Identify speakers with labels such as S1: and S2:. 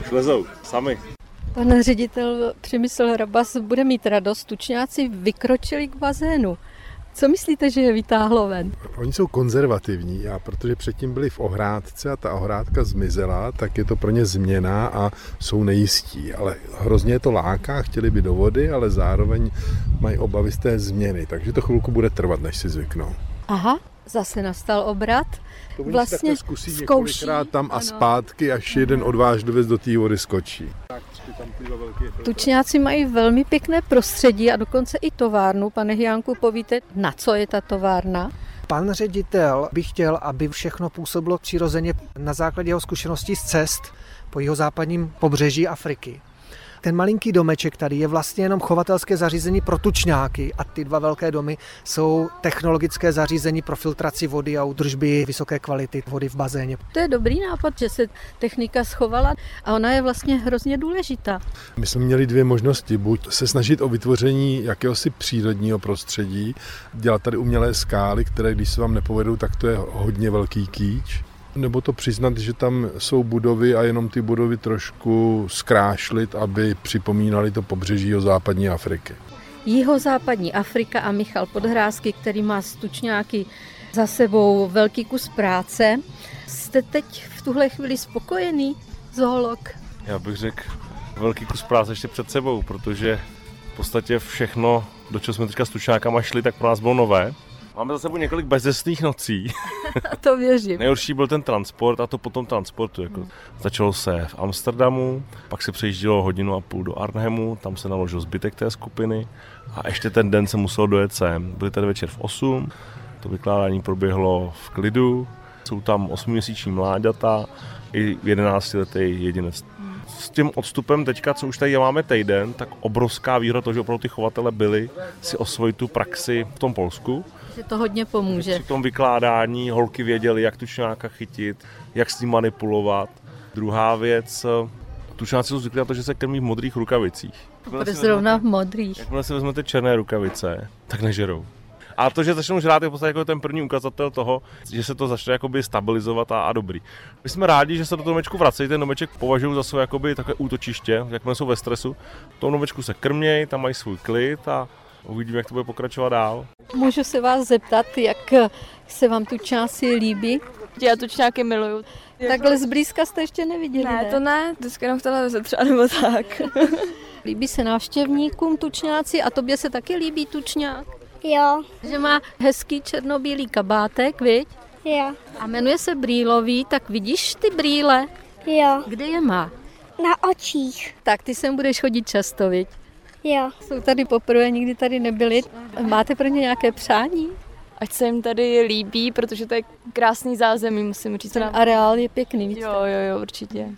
S1: Už lezou, sami.
S2: Pan ředitel Přemysl Rabas bude mít radost. Tučňáci vykročili k bazénu. Co myslíte, že je vytáhlo ven?
S3: Oni jsou konzervativní a protože předtím byli v ohrádce a ta ohrádka zmizela, tak je to pro ně změna a jsou nejistí. Ale hrozně je to láká, chtěli by do vody, ale zároveň mají obavy z té změny, takže to chvilku bude trvat, než si zvyknou.
S2: Aha, zase nastal obrat.
S3: To oni si
S2: vlastně
S3: takhle zkusí
S2: zkouší.
S3: několikrát tam a
S2: ano.
S3: zpátky, až jeden odvážlivec do té vody skočí.
S2: Tučňáci mají velmi pěkné prostředí a dokonce i továrnu. Pane Hiánku, povíte, na co je ta továrna?
S4: Pan ředitel by chtěl, aby všechno působilo přirozeně na základě jeho zkušeností z cest po jeho západním pobřeží Afriky. Ten malinký domeček tady je vlastně jenom chovatelské zařízení pro tučňáky a ty dva velké domy jsou technologické zařízení pro filtraci vody a udržby vysoké kvality vody v bazéně.
S2: To je dobrý nápad, že se technika schovala a ona je vlastně hrozně důležitá.
S3: My jsme měli dvě možnosti. Buď se snažit o vytvoření jakéhosi přírodního prostředí, dělat tady umělé skály, které když se vám nepovedou, tak to je hodně velký kýč. Nebo to přiznat, že tam jsou budovy a jenom ty budovy trošku zkrášlit, aby připomínali to pobřeží o západní Afriky.
S2: Jihozápadní Afrika a Michal Podhrázky, který má stučňáky za sebou velký kus práce. Jste teď v tuhle chvíli spokojený, zoolog?
S1: Já bych řekl, velký kus práce ještě před sebou, protože v podstatě všechno, do čeho jsme teďka s tučákama šli, tak pro nás bylo nové. Máme za sebou několik bezesných nocí.
S2: A to věřím.
S1: Nejhorší byl ten transport a to potom transportu. Jako. Začalo se v Amsterdamu, pak se přejíždělo hodinu a půl do Arnhemu, tam se naložil zbytek té skupiny a ještě ten den se muselo dojet sem. Byli tady večer v 8, to vykládání proběhlo v klidu, jsou tam 8-měsíční mláďata i 11-letý jedinec. S tím odstupem teďka, co už tady máme týden, tak obrovská výhoda to, že opravdu ty chovatele byli si osvojit tu praxi v tom Polsku.
S2: Že to hodně pomůže.
S1: Při tom vykládání holky věděly, jak tučňáka chytit, jak s ním manipulovat. Druhá věc, eh, tučňáci jsou zvyklí na to, že se krmí v modrých rukavicích. Jakmile
S2: Bude
S1: si vezmete-
S2: zrovna v modrých.
S1: Jakmile si vezmete černé rukavice, tak nežerou. A to, že začnou žrát, je v podstatě jako ten první ukazatel toho, že se to začne jakoby stabilizovat a, a dobrý. My jsme rádi, že se do toho domečku vracejí, ten domeček považují za své jakoby takové útočiště, jakmile jsou ve stresu. V tom domečku se krmějí, tam mají svůj klid a uvidíme, jak to bude pokračovat dál.
S2: Můžu se vás zeptat, jak se vám tu části líbí?
S5: Já tučňáky miluju.
S2: Takhle zblízka jste ještě neviděli, ne?
S5: Ne, to ne, vždycky jenom v televizi třeba nebo tak.
S2: Líbí se návštěvníkům tučňáci a tobě se taky líbí tučňák?
S6: Jo,
S2: Že má hezký černobílý kabátek, viď?
S6: jo,
S2: A jmenuje se brýlový, tak vidíš ty brýle?
S6: jo.
S2: Kde je má?
S6: Na očích.
S2: Tak ty sem budeš chodit často, viď?
S6: Jo.
S2: Jsou tady poprvé, nikdy tady nebyli. Máte pro ně nějaké přání?
S5: Ať se jim tady líbí, protože to je krásný zázemí, musím říct.
S2: Ten areál je pěkný, víc.
S5: Jo, jo, jo, určitě.